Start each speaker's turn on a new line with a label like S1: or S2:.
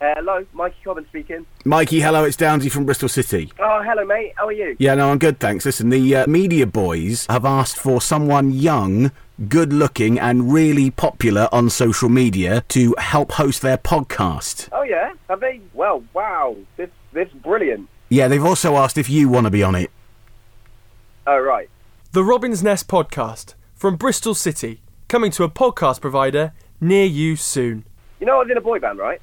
S1: hello, Mikey Cobbin speaking.
S2: Mikey, hello, it's Downsy from Bristol City.
S1: Oh, hello, mate. How are you?
S2: Yeah, no, I'm good, thanks. Listen, the uh, media boys have asked for someone young, good looking, and really popular on social media to help host their podcast.
S1: Oh, yeah. Have they? Well, wow. This this brilliant.
S2: Yeah, they've also asked if you want to be on it.
S1: Oh, right.
S3: The Robin's Nest podcast from Bristol City, coming to a podcast provider near you soon.
S1: You know I was in a boy band, right?